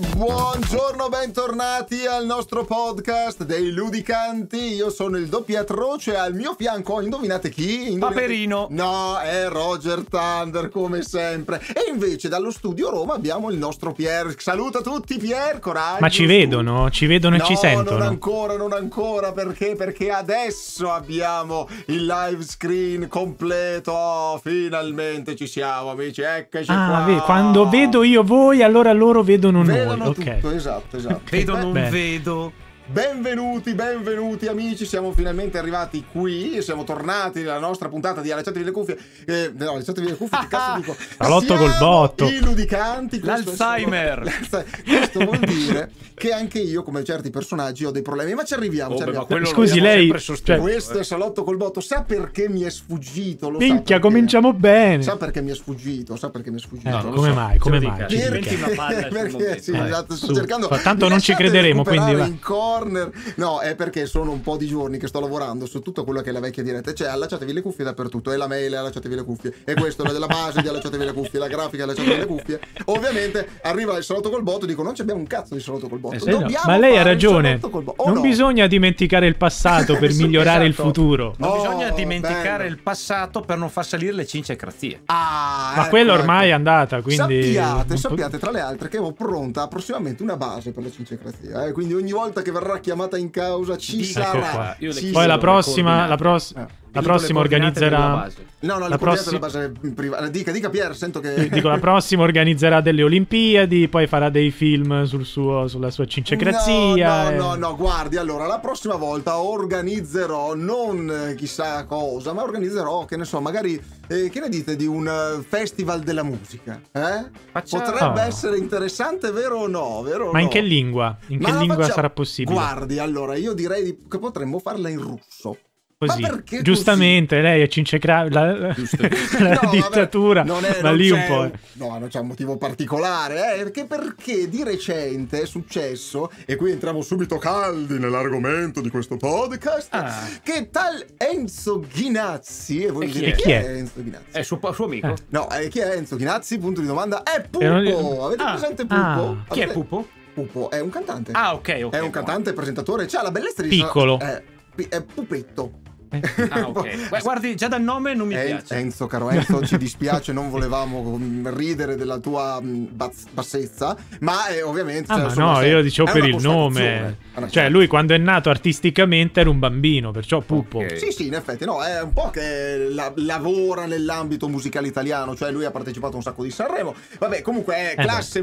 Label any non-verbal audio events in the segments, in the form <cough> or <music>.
Buongiorno, bentornati al nostro podcast dei Ludicanti. Io sono il doppio atroce. Al mio fianco, indovinate chi? Indovinate- Paperino. No, è Roger Thunder, come sempre. E invece, dallo studio Roma abbiamo il nostro Pier. Saluta tutti, Pier. Coraggio. Ma ci vedono, ci vedono e no, ci Non sentono. ancora, non ancora, perché? Perché adesso abbiamo il live screen completo. Oh, finalmente ci siamo, amici. Eccoci Ah, Cioè, qua. ve- quando vedo io voi, allora loro Vedono vedono noi. Ok. tutto, esatto, esatto. <laughs> Vedo, Beh, non Beh. vedo. Benvenuti, benvenuti amici, siamo finalmente arrivati qui, siamo tornati nella nostra puntata di Allacciatevi le cuffie, eh, no, Allacciatevi le <laughs> cuffie, che cazzo dico? La lotta Siamo col botto. i ludicanti. questo è solo- <laughs> L'Alzheimer. L'Alzheimer. Questo vuol dire che anche io, come certi personaggi, ho dei problemi, ma ci arriviamo, ci Oh, beh, ma arriviamo. quello lo Scusi, abbiamo lei- cioè, sempre sostenuto, Questo eh. è Salotto col botto, sa perché mi è sfuggito? Lo sa Minchia, perché? cominciamo bene. Sa perché mi è sfuggito, sa perché mi è sfuggito. Ecco, non lo come so, mai, ce lo come dica. mai? Ci Perché? dica. Diventi una <laughs> palla in quel perché momento. sì, Eh, esatto, sto su. cercando Tanto Mi non ci lasciate crederemo, quindi recuperare va. in corner no è perché sono un po' di giorni che sto lavorando su tutto quello che è la vecchia diretta cioè allacciatevi le cuffie dappertutto e la mail è allacciatevi le cuffie e questo è della base di allacciatevi le cuffie la grafica è allacciatevi le cuffie ovviamente arriva il salotto col botto dico non ci abbiamo un cazzo di salotto col botto Eh sì, Eh no, Dobbiamo Ma lei ha fare il ragione. salotto col bo- o Non no? bisogna dimenticare il passato <laughs> per Esatto. migliorare il futuro. Non Oh, bisogna dimenticare bello. il passato per non far salire le cincecrazie. Ah, Ma ecco, quello ormai è ecco. andata, quindi Sappiate, non po- sappiate tra le altre che ho pronta prossimamente una base per la cincecrazia. eh, Quindi ogni volta che verrà chiamata in causa ci Ecco sarà. qua. Io le ci chiedo poi sarà. la le prossima, coordinate. la, pros- Eh. la Dico le prossima coordinate della organizzerà base. No, no, La la prossima... prossima- della base privata. Dica, dica Pier, sento che... <laughs> Dico, la prossima organizzerà delle Olimpiadi, poi farà dei film sul suo- sulla sua cincecrazia. No, eh. no, no, no, guardi, allora la prossima volta organizzerò non eh, chissà cosa, ma organizzerò, che ne so, magari, eh, che ne dite di un eh, festival della musica? Eh? Facciamo- Potrebbe Ah. essere interessante, vero o no? Vero o Ma in no? che lingua? In Ma che la lingua facciamo- sarà possibile? Guardi, allora io direi di- che potremmo farla in russo. Così. Ma perché Giustamente, lei è cincecra... la, <laughs> Giusto, giusto. la No, vabbè, dittatura, non è- ma non lì un c'è po'... eh. No, non c'è un cioè, motivo particolare, eh, perché, perché di recente è successo, e qui entriamo subito caldi nell'argomento di questo podcast, Ah. che tal Enzo Ghinazzi, e voi E mi chi direte, è? Chi è? Enzo Ghinazzi? È suo, suo amico? Eh. No, eh, chi è Enzo Ghinazzi? Punto di domanda. È Pupo! Eh, non li- Avete Ah, presente Pupo? ah. Avete- Chi è Pupo? Pupo è un cantante. Ah, ok, ok. Eh. è un cantante, presentatore, c'ha la bellezza di... Piccolo. Eh. Eh, pi- è Pupetto. <laughs> Ah, ok. Gua- Guardi, già dal nome non mi En- piace. Enzo, caro Enzo, <laughs> ci dispiace, non volevamo mm, ridere della tua mm, baz- bassezza, ma eh, ovviamente... Ah, cioè, ma insomma, no, se- io lo dicevo è per una il nome. constatazione. Allora, Cioè, lui quando è nato artisticamente era un bambino, perciò Pupo. Ok. Sì, sì, in effetti, no, è un po' che la- lavora nell'ambito musicale italiano, cioè lui ha partecipato a un sacco di Sanremo. Vabbè, comunque è Eh beh. classe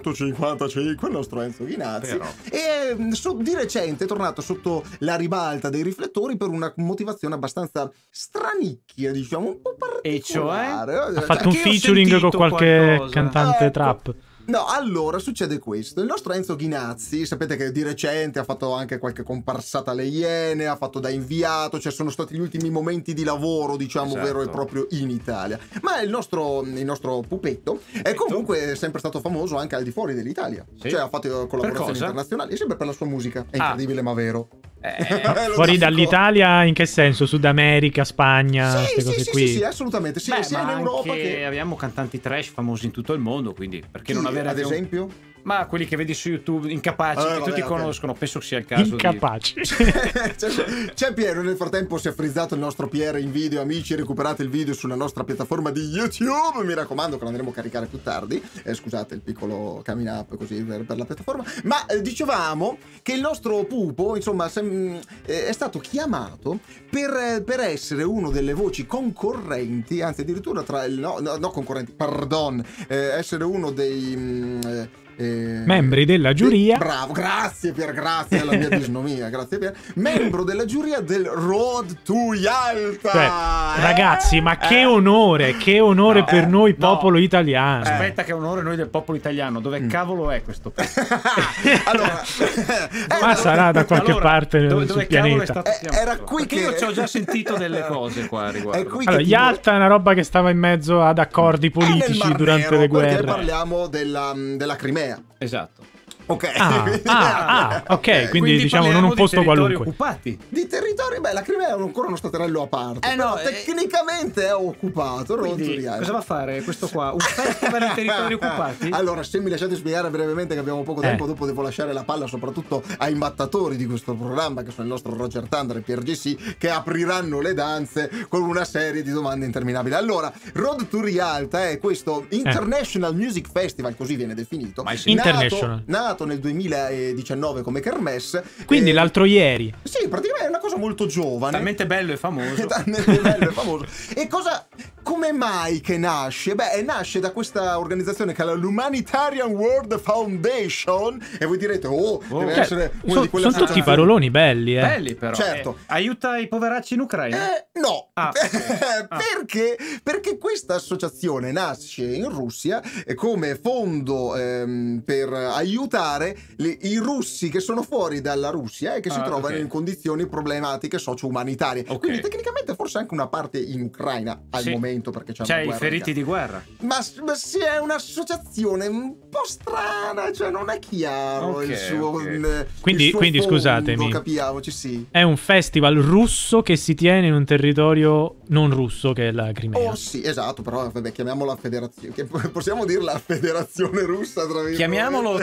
1955, il nostro Enzo Ghinazzi. Però. E mh, so- di recente è tornato sotto la ribalta dei riflettori per una motivazione abbastanza stranicchia, diciamo, un po' E cioè? particolare. Ha Cioè, fatto un perché ho featuring con sentito qualche qualcosa. cantante Ecco. trap. No, allora succede questo. Il nostro Enzo Ghinazzi, sapete che di recente ha fatto anche qualche comparsata alle Iene, ha fatto da inviato, cioè sono stati gli ultimi momenti di lavoro, diciamo, Esatto. vero e proprio in Italia. Ma il nostro, il nostro pupetto è comunque sempre stato famoso anche al di fuori dell'Italia. Sì. Cioè ha fatto collaborazioni cosa? internazionali, e sempre per la sua musica. È Ah. incredibile ma vero. Eh, Lo Fuori dico. dall'Italia, in che senso? Sud America, Spagna, Sì, queste sì, cose sì, qui. sì, sì, assolutamente. <laughs> Sì, beh, sia in ma Europa anche che... abbiamo cantanti trash famosi in tutto il mondo, quindi perché non Chi, avere ad anche un- esempio? Ma quelli che vedi su YouTube, incapaci, Eh, che vabbè, tutti ok. conoscono, penso che sia il caso Incapaci. <laughs> c'è, c'è Cioè, Piero nel frattempo si è frizzato il nostro Piero in video amici recuperate il video sulla nostra piattaforma di YouTube mi raccomando che lo andremo a caricare più tardi Eh, scusate il piccolo coming up così per, per la piattaforma ma eh, dicevamo che il nostro pupo insomma sem- eh, è stato chiamato per, eh, per essere uno delle voci concorrenti anzi addirittura tra il no, no, no concorrenti pardon eh, essere uno dei mm, eh, eh, Membri della de- giuria. bravo grazie Pier grazie alla mia disnomia grazie Pier membro della giuria del Road to Yalta <laughs> Cioè, Eh? ragazzi, ma che Eh. onore, che onore No, per eh, noi no. popolo italiano. Mm. Eh. Aspetta che è un onore noi del popolo italiano, dove cavolo è questo? <laughs> allora eh, Ma sarà da qualche Allora, parte dove, sul dove cavolo è pianeta. stato Eh, chiamato? era qui Perché che- io ci ho già sentito delle cose qua a riguardo. È qui Allora, che ti- Yalta è una roba che stava in mezzo ad accordi è nel politici Mar durante Nero, le perché guerre. parliamo della, della Crimea Esatto. Eh, Ok. Ah, <laughs> ah, ah, ok, quindi, diciamo non parliamo un di posto territori qualunque. occupati. Di territori, beh, la Crimea è ancora uno staterello a parte. Eh no, però eh, tecnicamente è occupato. Quindi, Ronzoli, eh. cosa va a fare questo qua? Un festival in territori <laughs> occupati? Allora, se mi lasciate spiegare brevemente che abbiamo poco tempo, Eh. dopo devo lasciare la palla soprattutto ai mattatori di questo programma, che sono il nostro Roger Thunder e Pier GC, che apriranno le danze con una serie di domande interminabili. Allora, Road to Rialta è questo International Music Festival, così viene definito. Eh. Ma sì. nato- International. Nato, nel 2019 come Kermesse. Quindi Eh, l'altro ieri. Sì, praticamente è una cosa molto giovane. Talmente bello <laughs> e famoso. Eh. Talmente bello e famoso. E cosa. Come mai che nasce? Beh, eh, nasce da questa organizzazione che è la Humanitarian World Foundation. E voi direte, oh, deve Cioè, essere una so- di quelle sono tutti associazioni. paroloni belli, eh. Belli però. Certo. Eh, aiuta i poveracci in Ucraina. Eh, no, <laughs> Ah, ok. Ah. perché? Perché questa associazione nasce in Russia eh, come fondo ehm, per aiutare le- i russi che sono fuori dalla Russia e che si Ah, trovano ok. in condizioni problematiche socio-umanitarie. Ok. Quindi tecnicamente forse anche una parte in Ucraina al Sì. momento perché c'è una C'è Cioè, i Diciamo, guerra, feriti di guerra. ma, s- ma sì, è un'associazione un po' strana, cioè non è chiaro Ok, il suo. ok. il Quindi- suo quindi, fondo, scusatemi. Capiamoci, sì. È un festival russo che si tiene in un territorio non russo che è la Crimea. Oh sì, esatto, però vabbè, chiamiamola federazione, che possiamo dirla federazione russa tra virgolette. Chiamiamolo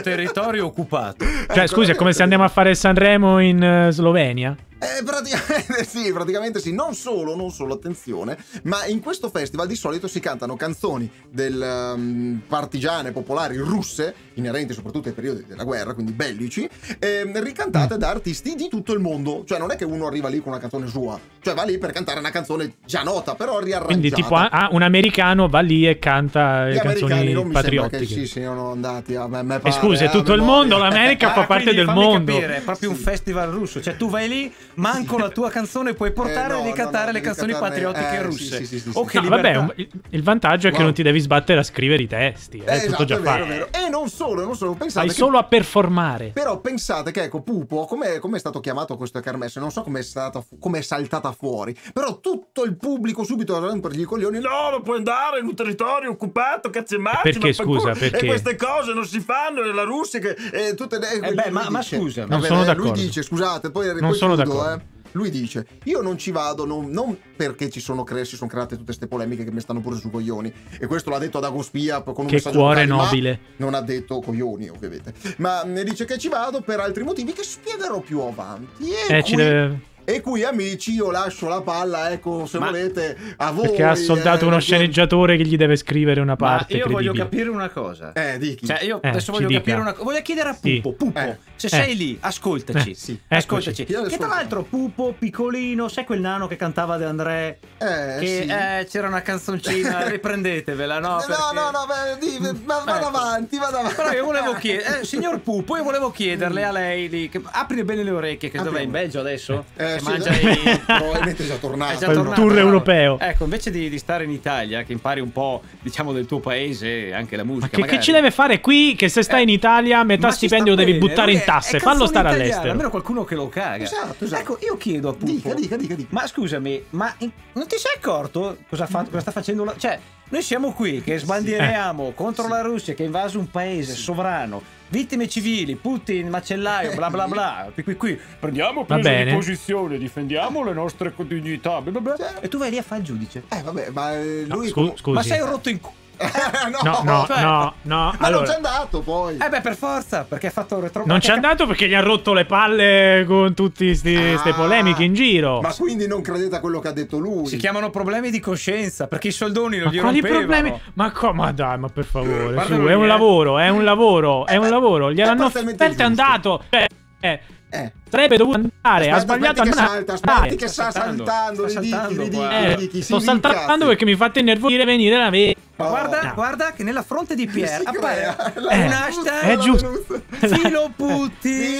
<laughs> territorio occupato. Cioè, Ecco, scusa, è come se andiamo a fare Sanremo in eh, Slovenia? Eh, praticamente sì, praticamente sì, non solo, non solo, attenzione, ma in questo festival di solito si cantano canzoni del, ehm, partigiane popolari russe, inerenti soprattutto ai periodi della guerra, quindi bellici, ehm, Mm. ricantate da artisti di tutto il mondo, cioè non è che uno arriva lì con una canzone sua, cioè va lì per cantare una canzone già nota, però riarrangiata. Quindi, tipo, ah, ah, un americano va lì e canta eh, gli americani non canzoni mi patriottiche. sembra che sì, siano andati a me, me E pare, scusa, è <laughs> eh, tutto a il memoria. mondo, l'America fa Ah, parte quindi del fammi mondo. capire, è proprio un Sì. festival russo. Cioè, tu vai lì, manco la tua canzone puoi portare Eh, no, e no, cantare no, le devi canzoni cantarne- patriottiche eh, russe. sì, sì, sì, sì, Oh, sì. che No, vabbè, libertà. un- il, il vantaggio è che Wow. non ti devi sbattere a scrivere i testi, è Eh, tutto esatto, già è vero, fatto. è vero. E non solo, non solo, pensate Hai che- solo a performare. Però pensate che, ecco, Pupo, come come è stato chiamato questo Carmesse? Non so come è, stata fu- come è saltata fuori. Però tutto il pubblico subito a rompergli i coglioni. No, non puoi andare in un territorio occupato, cazzo e mazzi, Perché, ma fa il scusa, culo. perché? E queste cose non si fanno nella Russia che... E tutte le... Eh beh, ma- lui ma dice- scusa. Va Non bene, sono eh, d'accordo. Lui dice, scusate, poi... Non poi sono chiudo, d'accordo. eh. Lui dice, io non ci vado, non, non perché ci sono, cre- si sono create tutte queste polemiche che mi stanno pure su coglioni. E questo l'ha detto ad Agospia con un Che messaggio cuore vocale, ma- nobile. non ha detto coglioni, ovviamente. Ma ne dice che ci vado per altri motivi che spiegherò più avanti. E, Eh, qui, ci deve- e qui, amici, io lascio la palla, ecco, se Ma- volete, a voi. Perché ha soldato eh, uno perché- sceneggiatore che gli deve scrivere una Ma parte io voglio credibile. capire una cosa. Eh, dichi. Cioè, io Eh, adesso ci voglio dica. capire una cosa. Voglio chiedere a Sì. Pupo. Pupo, Eh. se sei lì, ascoltaci. Eh, sì. Ascoltaci. Io Che tra ascolto. l'altro, Pupo, piccolino, sai quel nano che cantava De André? Eh, che sì. eh, c'era <laughs> una canzoncina, riprendetevela, no? no, perché- no, no, beh, di- ma- vado Ecco. avanti, vado avanti. Però io volevo chiedere, eh, signor Pupo, io volevo chiederle a Mm. lei di che- aprire bene le orecchie, che dov'è Apriamo. in Belgio adesso? Eh, che sì, <laughs> mangia esatto. i- Probabilmente è già tornato. È già Fa il tornato, tour bravo. europeo. Ecco, invece di, di stare in Italia, che impari un po', diciamo, del tuo paese, e anche la musica. Ma che, magari. Eh, che ci deve fare qui? Che se stai in Italia, metà Ma ci stipendio lo sta devi bene, buttare lui in è- tasse. è Fallo canzone stare italiana, all'estero. Almeno qualcuno che lo caga. Esatto, esatto. Ecco, io chiedo a Pupo. Dica, dica, dica, dica. Ma scusami, ma in- non ti sei accorto cosa, ha fatto- cosa sta facendo la... Cioè, noi siamo qui che sbandieriamo contro Sì. la Russia che ha invaso un paese sovrano, vittime civili, Putin, macellaio, bla bla <laughs> bla, qui qui qui, prendiamo Va presa di bene. posizione, difendiamo le nostre dignità, bla bla bla, Cioè- e tu vai lì a fare il giudice. <laughs> Eh, vabbè, ma eh, No, lui... Eh, <laughs> scu- scusi. Ma sei rotto in culo. No, no, cioè- no, no. Ma non allora, c'è andato poi. Eh beh, per forza, perché ha fatto retro... non ci è andato perché gli ha rotto le palle con tutte queste Ah, polemiche in giro. Ma quindi non credete a quello che ha detto lui. Si chiamano problemi di coscienza, perché i soldoni non Ma gli quali rompevano. problemi? Ma, co- ma dai, ma per favore, su, Guardalo è lì, un eh. lavoro, è un lavoro, è Eh, un beh, lavoro. Gliel'hanno è offerto parzialmente è andato. Cioè, eh, Eh. sarebbe dovuto andare, Eh, ha Aspetta, sbagliato aspetti che andare. salta, aspetti che Sta sta saltando, saltando, sta ridichi, saltando, ridichi, guarda. Eh, ridichi, si sto rincazzi. saltando perché mi fate innervire venire la vera. Oh. Guarda, No. guarda che nella fronte di <laughs> Pier Si appare crea la Eh, un Venus, hashtag è la giusto. Venus. Filo <laughs> Putin. Sì,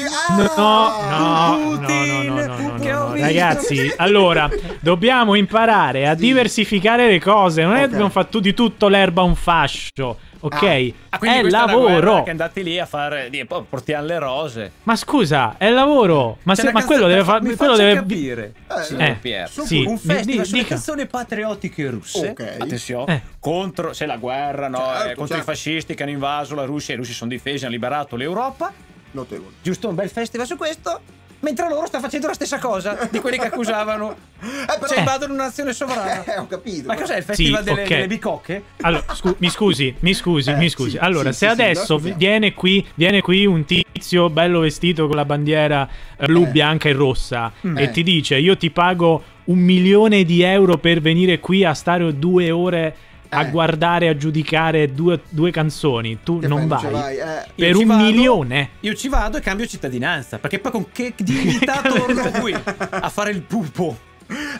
ah! No, no, no, Putin, no, no, no, no, che no, ho no. <laughs> visto. ragazzi. Allora, dobbiamo imparare a Sì. diversificare le cose. Non è Ok. che dobbiamo fare tu di tutto l'erba un fascio, ok? Ah, quindi è questa una guerra lavoro. Che andate lì a fare, di- po- portiamo le rose. Ma scusa, è lavoro. Ma, C'è se- una ma quello canzone- deve mi fare. Quello faccia deve. capire. Eh, signor eh, Pier. sì, un mi- festival di- sulle dica. canzoni patriottiche russe. Ok. Attenzione, Eh. contro se la guerra, no, eh, Certo, contro certo. i fascisti che hanno invaso la Russia, i russi si sono difesi, hanno liberato l'Europa. Notevole. Giusto un bel festival su questo, mentre loro stanno facendo la stessa cosa di quelli che <laughs> accusavano. Eh, però- Cioè, invadono una nazione sovrana. Eh, ho capito. Ma cos'è il festival Sì, delle, ok. delle bicocche? Allora, scu- mi scusi, mi scusi, Eh, mi scusi. sì, allora, sì, se sì, sì, adesso lo scusiamo. viene, qui, viene qui un tizio bello vestito con la bandiera eh, blu, Eh. bianca e rossa Mm. e Eh. ti dice io ti pago un milione di euro per venire qui a stare due ore a Eh. guardare, a giudicare due, due canzoni, tu Che non fai, vai. ci eh. Io Per ci un vado, milione. Io ci vado e cambio cittadinanza, perché poi con <laughs> che dignità torno qui a fare il pupo?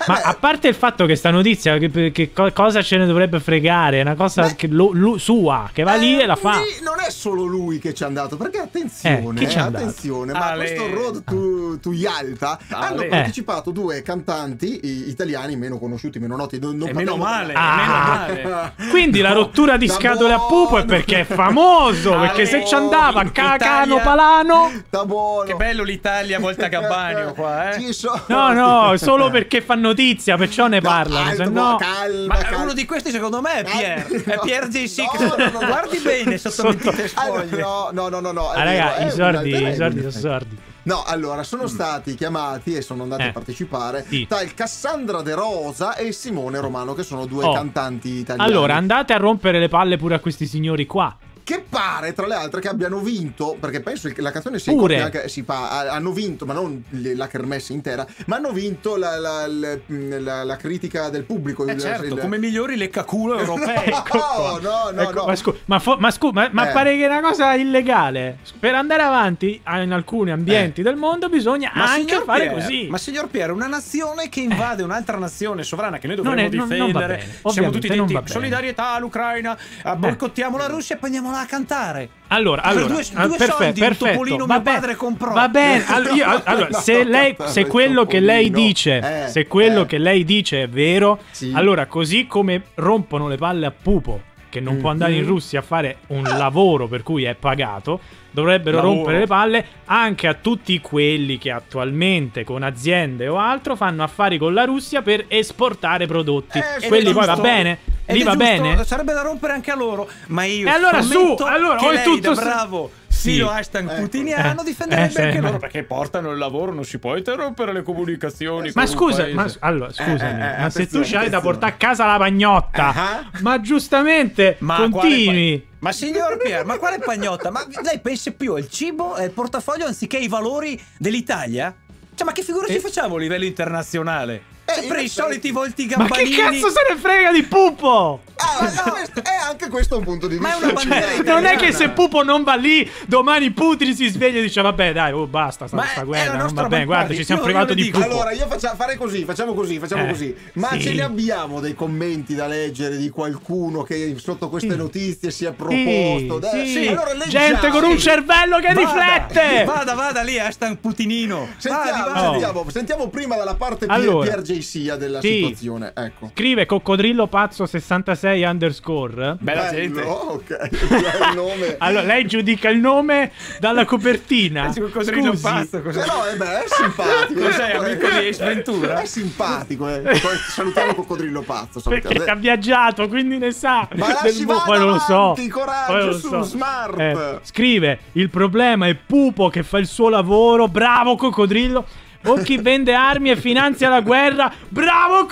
Ma Eh. a parte il fatto che sta notizia, che, che co- cosa ce ne dovrebbe fregare? È una cosa Beh. che lo- lu- sua, che va lì Eh, e la fa. lì Non è solo lui che ci è andato, perché attenzione, Eh, chi ci è andato? attenzione, ma Ale. questo Road to, to Yalta hanno Eh. Ale. partecipato due cantanti i- italiani meno conosciuti, meno noti, non, non E meno parliamo- male, Ah. e meno male. Quindi la No, rottura di da scatole a pupo buono. è perché <laughs> è famoso. Ale, perché se ci andava in Cacano Italia- Palano. Sta buono. <laughs> Che bello l'Italia a volta <laughs> Gabbani qua, eh. Ci sono- No, no, <laughs> solo perché fa notizia, perciò ne No, ah, parlano. calma, Se no, Ah, calma, Ma calma. uno di questi secondo me è Pierre, Ah, è no. Pierre J6. No, no, no, no. Guardi bene sotto le Sotto- dita Ah, sfoglie. no, no, no, no, no. è ah, raga, vero, i eh, sordi, eh, i sordi sono eh. sordi. No, allora sono stati chiamati e sono andati Eh. a partecipare Sì. tra il Cassandra De Rosa e Simone Romano, che sono due Oh. cantanti italiani. Allora, andate a rompere le palle pure a questi signori qua. che pare tra le altre che abbiano vinto, perché penso che la canzone sia Pure. in coppia anche, si fa, ha- hanno vinto, ma non le- la kermesse intera, ma hanno vinto la, la- la- la- la critica del pubblico. Eh il- certo, il- come migliori leccaculo europei. <laughs> No, no, no, Ecco, no. Ma, scu- ma, fo- ma scu- ma- ma Eh. pare che è una cosa illegale. Per andare avanti a- in alcuni ambienti Eh. del mondo bisogna anche signor fare Pierre, così. Eh. Ma signor Pierre, una nazione che invade un'altra nazione sovrana che noi Non dovremmo è- non- non va difendere. bene, Siamo ovviamente tutti non denti va bene. solidarietà all'Ucraina, eh, boicottiamo la Russia e poi andiamo là a cantare. Allora, Per allora, due- ah, due perfe- soldi, un perfetto, topolino va mio bene, padre comprò. Va bene, all- io- all- <laughs> allora, No, se, lei, no, se il quello che lei topolino. dice, Eh, se quello eh. che lei dice è vero, Sì. allora così come rompono le palle a Pupo, che non può andare Mm-hmm. in Russia a fare un Ah. lavoro per cui è pagato, dovrebbero Lavoro. rompere le palle anche a tutti quelli che attualmente con aziende o altro fanno affari con la Russia per esportare prodotti. Eh, sì, quelli poi va giusto. bene? Ed Lì è va giusto, bene? Sarebbe da rompere anche a loro. Ma io E allora su, scommetto allora che o è lei tutto da se- bravo Sì. filo hashtag Ecco. putiniano Eh, difenderebbe eh, sì, anche ma- loro perché portano il lavoro, non si può interrompere le comunicazioni. Ma con un scusa, paese. ma, s- allora, scusami, eh, eh, ma se tu attenzione, c'hai da attenzione. portare a casa la pagnotta, Ah. ma giustamente continui. Eh, quale pa- ma signor Pier, ma quale pagnotta? Ma lei pensa più al cibo e al portafoglio anziché ai valori dell'Italia? Cioè, ma che figura Eh. ci facciamo a livello internazionale? Eh, Sempre io- i soliti volti Ma gambanini. che cazzo se ne frega di Pupo? Ah, ma questo- eh, anche questo è un punto di Ma è vista. una bandiera Cioè, Non è italiana. che se Pupo non va lì, domani Putri si sveglia e dice vabbè dai, oh basta, sta, Ma sta è- è guerra, la non va nostra bene, guarda, vanguardia. ci siamo Io- io le privati di dico- Pupo. Allora, io faccia, fare così, facciamo così, facciamo Eh, così. Ma sì. ce li abbiamo dei commenti da leggere di qualcuno che sotto queste Mm. Sì. notizie si è Sì, proposto? Dai, sì. allora leggiamo. Gente con un cervello che Vada, riflette! Vada, vada lì, hashtag Putinino. Sentiamo, Vada, vada. sentiamo, sentiamo prima dalla parte Pier, Ah, Allora. Pier JC della Sì. situazione. Ecco. Scrive coccodrillo pazzo 66 underscore. Bello, Bella gente. ok. Il <laughs> nome. Allora, lei giudica il nome dalla copertina. Pensi quel coccodrillo Scusi. pazzo, cos'è? Però eh beh, è simpatico. Cos'è, amico di Ace Ventura? È simpatico. Eh. Poi Salutiamo Coccodrillo Pazzo. salutiamo. Perché ha viaggiato, quindi ne sa. Ma del lasci mo- vada poi non lo so. avanti, coraggio, Poi non Eh, su, smart. scrive: Il problema è Pupo che fa il suo lavoro. Bravo, coccodrillo. O chi vende armi e finanzia la guerra. Bravo,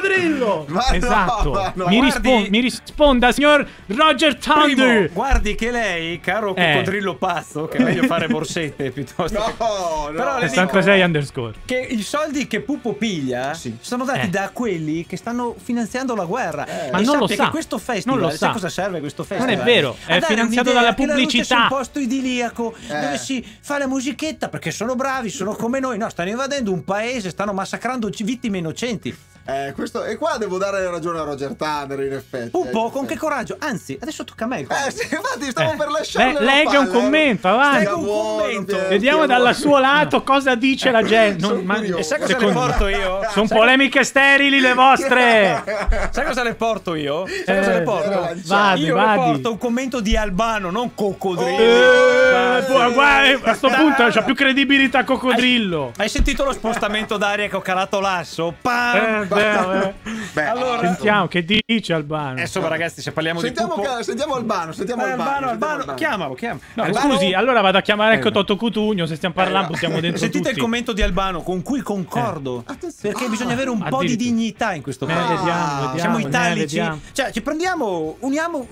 coccodrillo. Ma no, esatto. ma no. mi, Guardi- rispon- mi risponda, signor Roger Primo, Thunder. guardi che lei, caro Eh. coccodrillo pazzo, che è meglio fare borsette piuttosto che... No, no. Però le dico- 66 underscore. Eh, Che i soldi che Pupo piglia Sì. sono dati Eh. da quelli che stanno finanziando la guerra. Eh. Ma non lo sappia sa. Che questo festival, Non lo sai sa. cosa serve questo è festival? vero, è A dare finanziato un'idea dalla che la Russia pubblicità. sia un posto idilliaco Eh. dove si fa la musichetta perché sono bravi, sono come noi. No, stanno invadendo un paese, stanno massacrando ci- vittime innocenti. Eh, questo, e qua devo dare ragione a Roger Tanner, in effetti. Pupo, Eh, con che coraggio? Anzi, adesso tocca a me. il Eh, commento. sì, infatti, stavo Eh. per lasciare. Beh, legga un commento, avanti. Legga un commento. Vediamo dal suo lato cosa dice la gente. Eh, Sono Non- ma- curioso. E sai cosa secondo le me. porto io? <laughs> Sono Sai- polemiche sterili le vostre. Sai cosa le porto io? Sai cosa Eh, le porto? però, vadi, io le vadi. porto un commento di Albano, non coccodrillo. Eh, Basta. fu- boh, guarda, eh, a sto punto c'ha più credibilità coccodrillo. Hai sentito lo spostamento d'aria che ho calato l'asso? Pam! Eh, beh, eh. Beh, Allora- Eh, Sentiamo che dice Albano. Eh, Adesso ragazzi, se parliamo Sentiamo, di pupo... che- sentiamo Albano, Eh, sentiamo Albano, Albano, Albano, sentiamo Albano. chiamalo, chiamalo. No, Albano- scusi, allora vado a chiamare anche Eh. Toto Cutugno. Se stiamo parlando, buttiamo dentro Sentite tutti. il commento di Albano con cui concordo. Attenzione. Perché bisogna Ah, avere un po' di addirittura. dignità in questo Eh, caso. vediamo, vediamo, Siamo eh, italici. vediamo. Cioè, ci prendiamo, uniamo,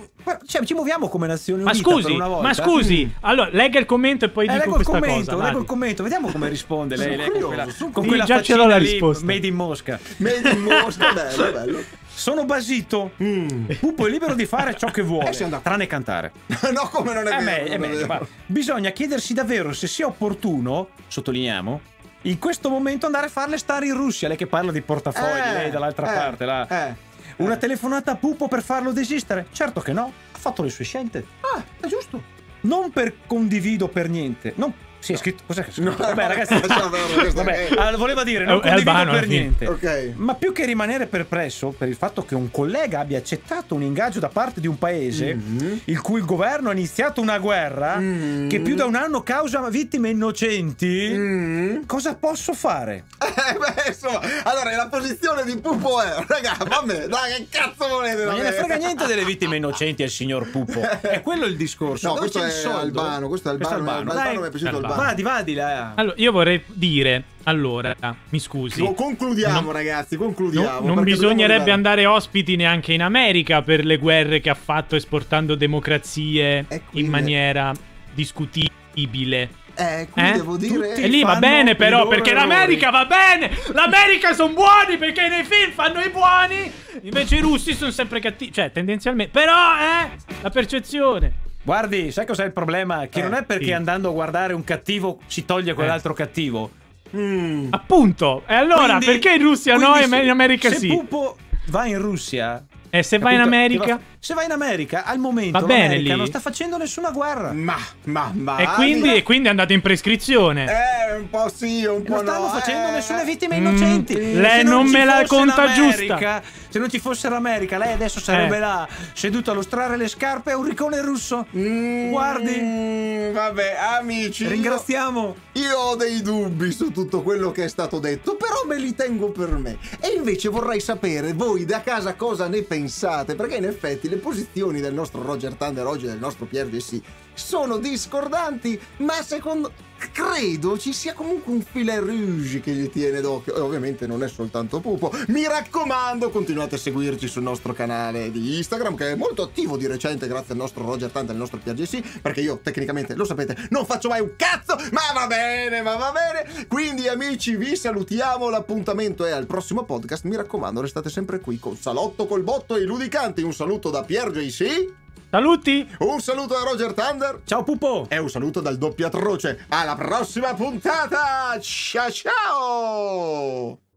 cioè, ci muoviamo come nazione Ma unita per scusi, una volta. Mm. ma scusi, allora legga il commento e poi Eh, dico leggo il questa commento, cosa. leggo vado. il commento, vediamo come risponde lei, Sono lei con curioso, quella, sono con curioso. quella Già ce l'ho faccina la lì, risposta. made in Mosca. Made <laughs> in Mosca, bello, bello. Sono basito. Pupo è libero di fare ciò che vuole, Mm. Eh, siamo d'accordo. tranne cantare. no, come non è vero. Eh, beh, non eh, beh, vero. ma bisogna chiedersi davvero se sia opportuno, sottolineiamo, in questo momento andare a farle stare in Russia, lei che parla di portafogli, Eh, lei dall'altra eh, parte. là. eh. Una telefonata a Pupo per farlo desistere? Certo che no, ha fatto le sue scelte. Ah, è giusto. Non per condivido per niente. Non... Sì, è scritto. Cos'è che è scritto? No, <laughs> vabbè, no, ragazzi. lasciamo <laughs> perdere questo, vabbè, ok. allora, voleva dire non È- è condivido Albano, per alla fine. niente. eh. Ok. Ma più che rimanere perplesso per il fatto che un collega abbia accettato un ingaggio da parte di un paese Mhm. il cui governo ha iniziato una guerra Mm. che più da un anno causa vittime innocenti, Mm. cosa posso fare? Eh, beh, insomma, allora la posizione di Pupo è, raga, vabbè, dai, che cazzo volete? Non da gliene me? frega niente delle vittime innocenti al signor Pupo. È quello il discorso. No, Dove questo c'è il è soldo? Albano, questo è Albano, Albano, Dai, mi è piaciuto Albano. Albano. Vadi, vadi là. Allora, io vorrei dire, allora, mi scusi. Co- Concludiamo, Non- ragazzi, No, concludiamo. non perché bisognerebbe dobbiamo andare ospiti neanche in America per le guerre che ha fatto esportando democrazie E quindi- eh. in maniera discutibile. Eh, quindi Eh? devo dire... Tutti- E lì va fanno i bene però loro perché l'America va bene! L'America sono buoni perché nei film fanno i buoni! Invece i russi sono sempre cattivi, cioè tendenzialmente. Però eh, la percezione. Guardi, sai cos'è il problema? Che Eh, non è perché sì. andando a guardare un cattivo si toglie quell'altro cattivo. Mm. Appunto. E allora Quindi- perché in Russia no quindi e in se- America se sì? Pupo va in Russia. E se vai in capito? America? Se va in America, al momento Va bene l'America lì? non sta facendo nessuna guerra. Ma, ma, ma... E quindi, e quindi è andato in prescrizione. Eh, un po' sì, un po' Non stanno no, facendo eh. nessuna vittima Mm, innocenti. Se lei non ci me la fosse conta l'America, Se non ci fosse l'America, lei adesso sarebbe Eh. là, seduto a lustrare le scarpe a un ricone russo. Mm, Guardi, Vabbè, amici. io- ringraziamo. Io ho dei dubbi su tutto quello che è stato detto, però me li tengo per me. E invece vorrei sapere voi da casa cosa ne pensate, perché in effetti le posizioni del nostro Roger Thunder oggi e del nostro Pier Dessy sono discordanti, ma secondo credo ci sia comunque un filet rouge che gli tiene d'occhio e ovviamente non è soltanto Pupo mi raccomando continuate a seguirci sul nostro canale di Instagram che è molto attivo di recente grazie al nostro Roger Tant e al nostro PRGC perché io tecnicamente lo sapete non faccio mai un cazzo ma va bene ma va bene quindi amici vi salutiamo l'appuntamento è al prossimo podcast mi raccomando restate sempre qui con Salotto col botto e i ludicanti un saluto da PRGC Saluti! un saluto da Roger Thunder Ciao Pupo. e un saluto dal doppio atroce. Alla prossima puntata! Ciao ciao!